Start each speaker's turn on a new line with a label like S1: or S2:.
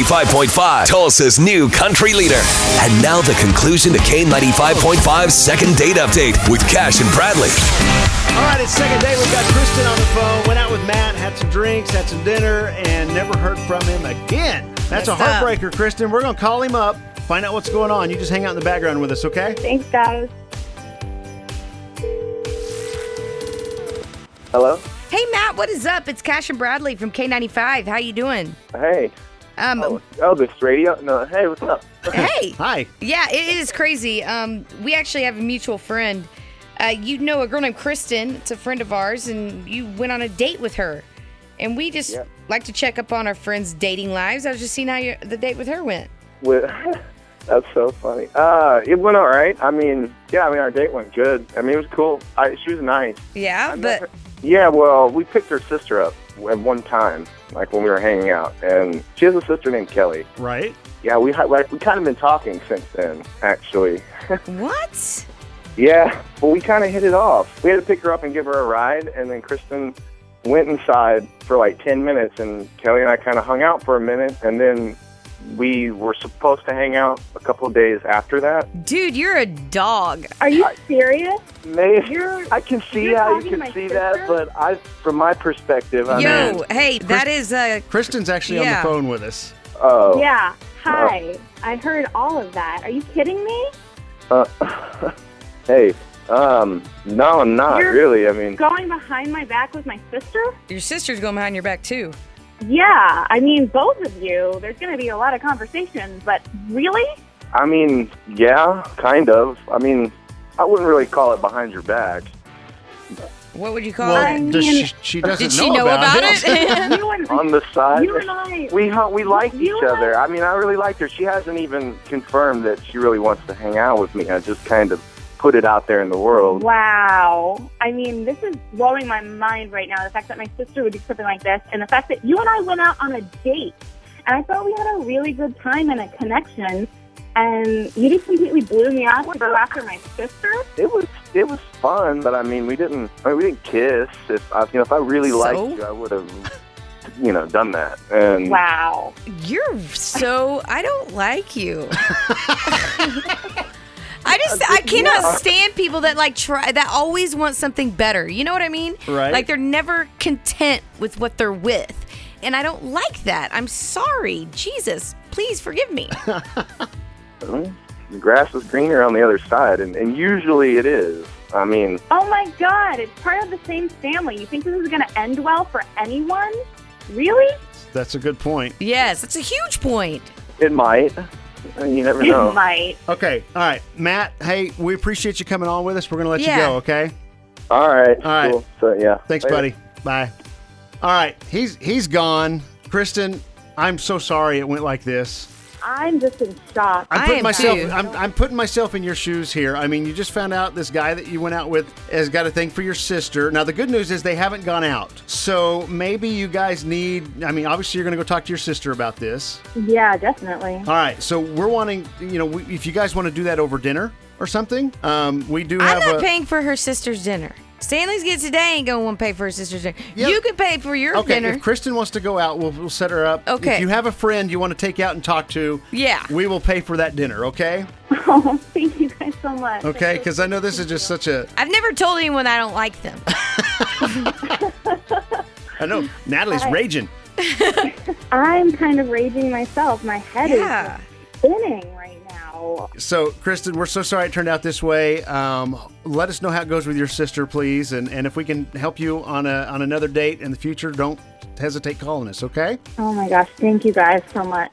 S1: K95.5, Tulsa's new country leader. And now the conclusion to K95.5's second date update with Cash and Bradley.
S2: All right, it's second day. We've got Kristen on the phone. Went out with Matt, had some drinks, had some dinner, and never heard from him again. That's a
S3: Messed up.
S2: heartbreaker, Kristen. We're going to call him up, find out what's going on. You just hang out in the background with us, okay?
S4: Thanks, guys.
S5: Hello.
S3: Hey Matt, what is up? It's Cash and Bradley from K95. How you doing?
S5: Hey.
S3: Um,
S5: Oh, oh, this radio. No. Hey, what's up?
S3: hey.
S2: Hi.
S3: Yeah, it is crazy. Um, we actually have a mutual friend. Uh, you know a girl named Kristen. It's a friend of ours, and you went on a date with her. And we just
S5: Yep.
S3: like to check up on our friends' dating lives. I was just seeing how your, the date with her went.
S5: With. That's so funny. Uh, it went all right. I mean, yeah. I mean, our date went good. I mean, it was cool. I, she was nice.
S3: Yeah,
S5: I met
S3: but
S5: her- yeah. Well, we picked her sister up at one time, like when we were hanging out, and she has a sister named Kelly.
S2: Right?
S5: Yeah, we hi- like we kind of been talking since then, actually.
S3: what?
S5: Yeah, but we kind of hit it off. We had to pick her up and give her a ride, and then Kristen went inside for like 10 minutes, and Kelly and I kind of hung out for a minute, and then we were supposed to hang out a couple of days after that.
S3: Dude, you're a dog.
S4: Are you serious?
S5: Maybe I can see
S4: you're
S5: how you
S4: talking
S5: can
S4: to my
S5: see
S4: sister?
S5: that, but I, from my perspective, I
S3: Yo,
S5: mean,
S3: hey, that is uh,
S2: Kristen's actually
S3: Yeah.
S2: on the phone with us.
S5: oh,
S4: Yeah. Hi. I heard all of that. Are you kidding me?
S5: uh, hey, um, no, I'm not
S4: You're-
S5: really. I mean,
S4: Going behind my back with my sister?
S3: your sister's going behind your back too.
S4: Yeah. I mean, both of you. There's going to be a lot of conversation, but really?
S5: I mean, yeah, kind of. I mean, I wouldn't really call it behind your back.
S3: What would you call
S2: Well,
S4: I
S3: it?
S2: does
S4: mean-
S2: she, she doesn't
S3: Did she know about, it?
S4: You and
S5: on the side.
S4: you and I.
S5: We hung, we liked
S4: You
S5: each
S4: and
S5: other. I mean, I really liked her. She hasn't even confirmed that she really wants to hang out with me. I just kind of put it out there in the world.
S4: Wow. I mean, this is blowing my mind right now. The fact that my sister would do something like this, and the fact that you and I went out on a date, and I thought we had a really good time and a connection, and you just completely blew me off to go after my sister.
S5: It was it was fun, but I mean, we didn't I mean, we didn't kiss. If I, you know, if I really
S3: So?
S5: liked you, I would have you know done that. And
S4: Wow.
S3: You're so I don't like you. I just I cannot stand people that like try that always want something better. You know what I mean?
S2: Right.
S3: Like they're never content with what they're with. And I don't like that. I'm sorry. Jesus, please forgive me.
S5: the grass is greener on the other side, and, and usually it is. I mean,
S4: Oh my God! It's part of the same family. You think this is going to end well for anyone? Really?
S2: That's a good point.
S3: yes, that's a huge point.
S5: it might. You never know.
S4: It might.
S2: Okay. All right. Matt, hey, we appreciate you coming on with us. We're going to let
S3: Yeah.
S2: you go, okay?
S5: All right.
S2: All right.
S5: Cool. So yeah.
S2: Thanks,
S5: Later.
S2: buddy. Bye. All right. He's he's gone. Kristen, I'm so sorry it went like this.
S4: I'm just in shock.
S2: I'm
S3: I
S2: putting
S3: am
S2: myself.
S3: too.
S2: I'm, I'm putting myself in your shoes here. I mean, you just found out this guy that you went out with has got a thing for your sister. Now, the good news is they haven't gone out, so maybe you guys need. I mean, obviously you're going to go talk to your sister about this.
S4: yeah, definitely.
S2: All right, so we're wanting. You know, we, if you guys want to do that over dinner or something, um, we do
S3: I'm
S2: have
S3: not
S2: a.
S3: paying for her sister's dinner. Stanley's kids today ain't gonna want to pay for her sister's dinner.
S2: Yeah.
S3: You can pay for your
S2: Okay,
S3: dinner.
S2: if Kristen wants to go out, we'll, we'll set her up.
S3: Okay.
S2: If you have a friend you want to take out and talk to,
S3: Yeah.
S2: we will pay for that dinner. Okay,
S4: Oh, thank you guys so much.
S2: okay, because I know this is just such a.
S3: I've never told anyone I don't like them.
S2: I know Natalie's raging.
S4: I'm kind of raging myself. My head
S3: Yeah.
S4: is spinning right now.
S2: So, Kristen, we're so sorry it turned out this way. Um, let us know how it goes with your sister, please, and, and if we can help you on a on another date in the future, don't hesitate calling us. Okay?
S4: Oh my gosh, thank you guys so much.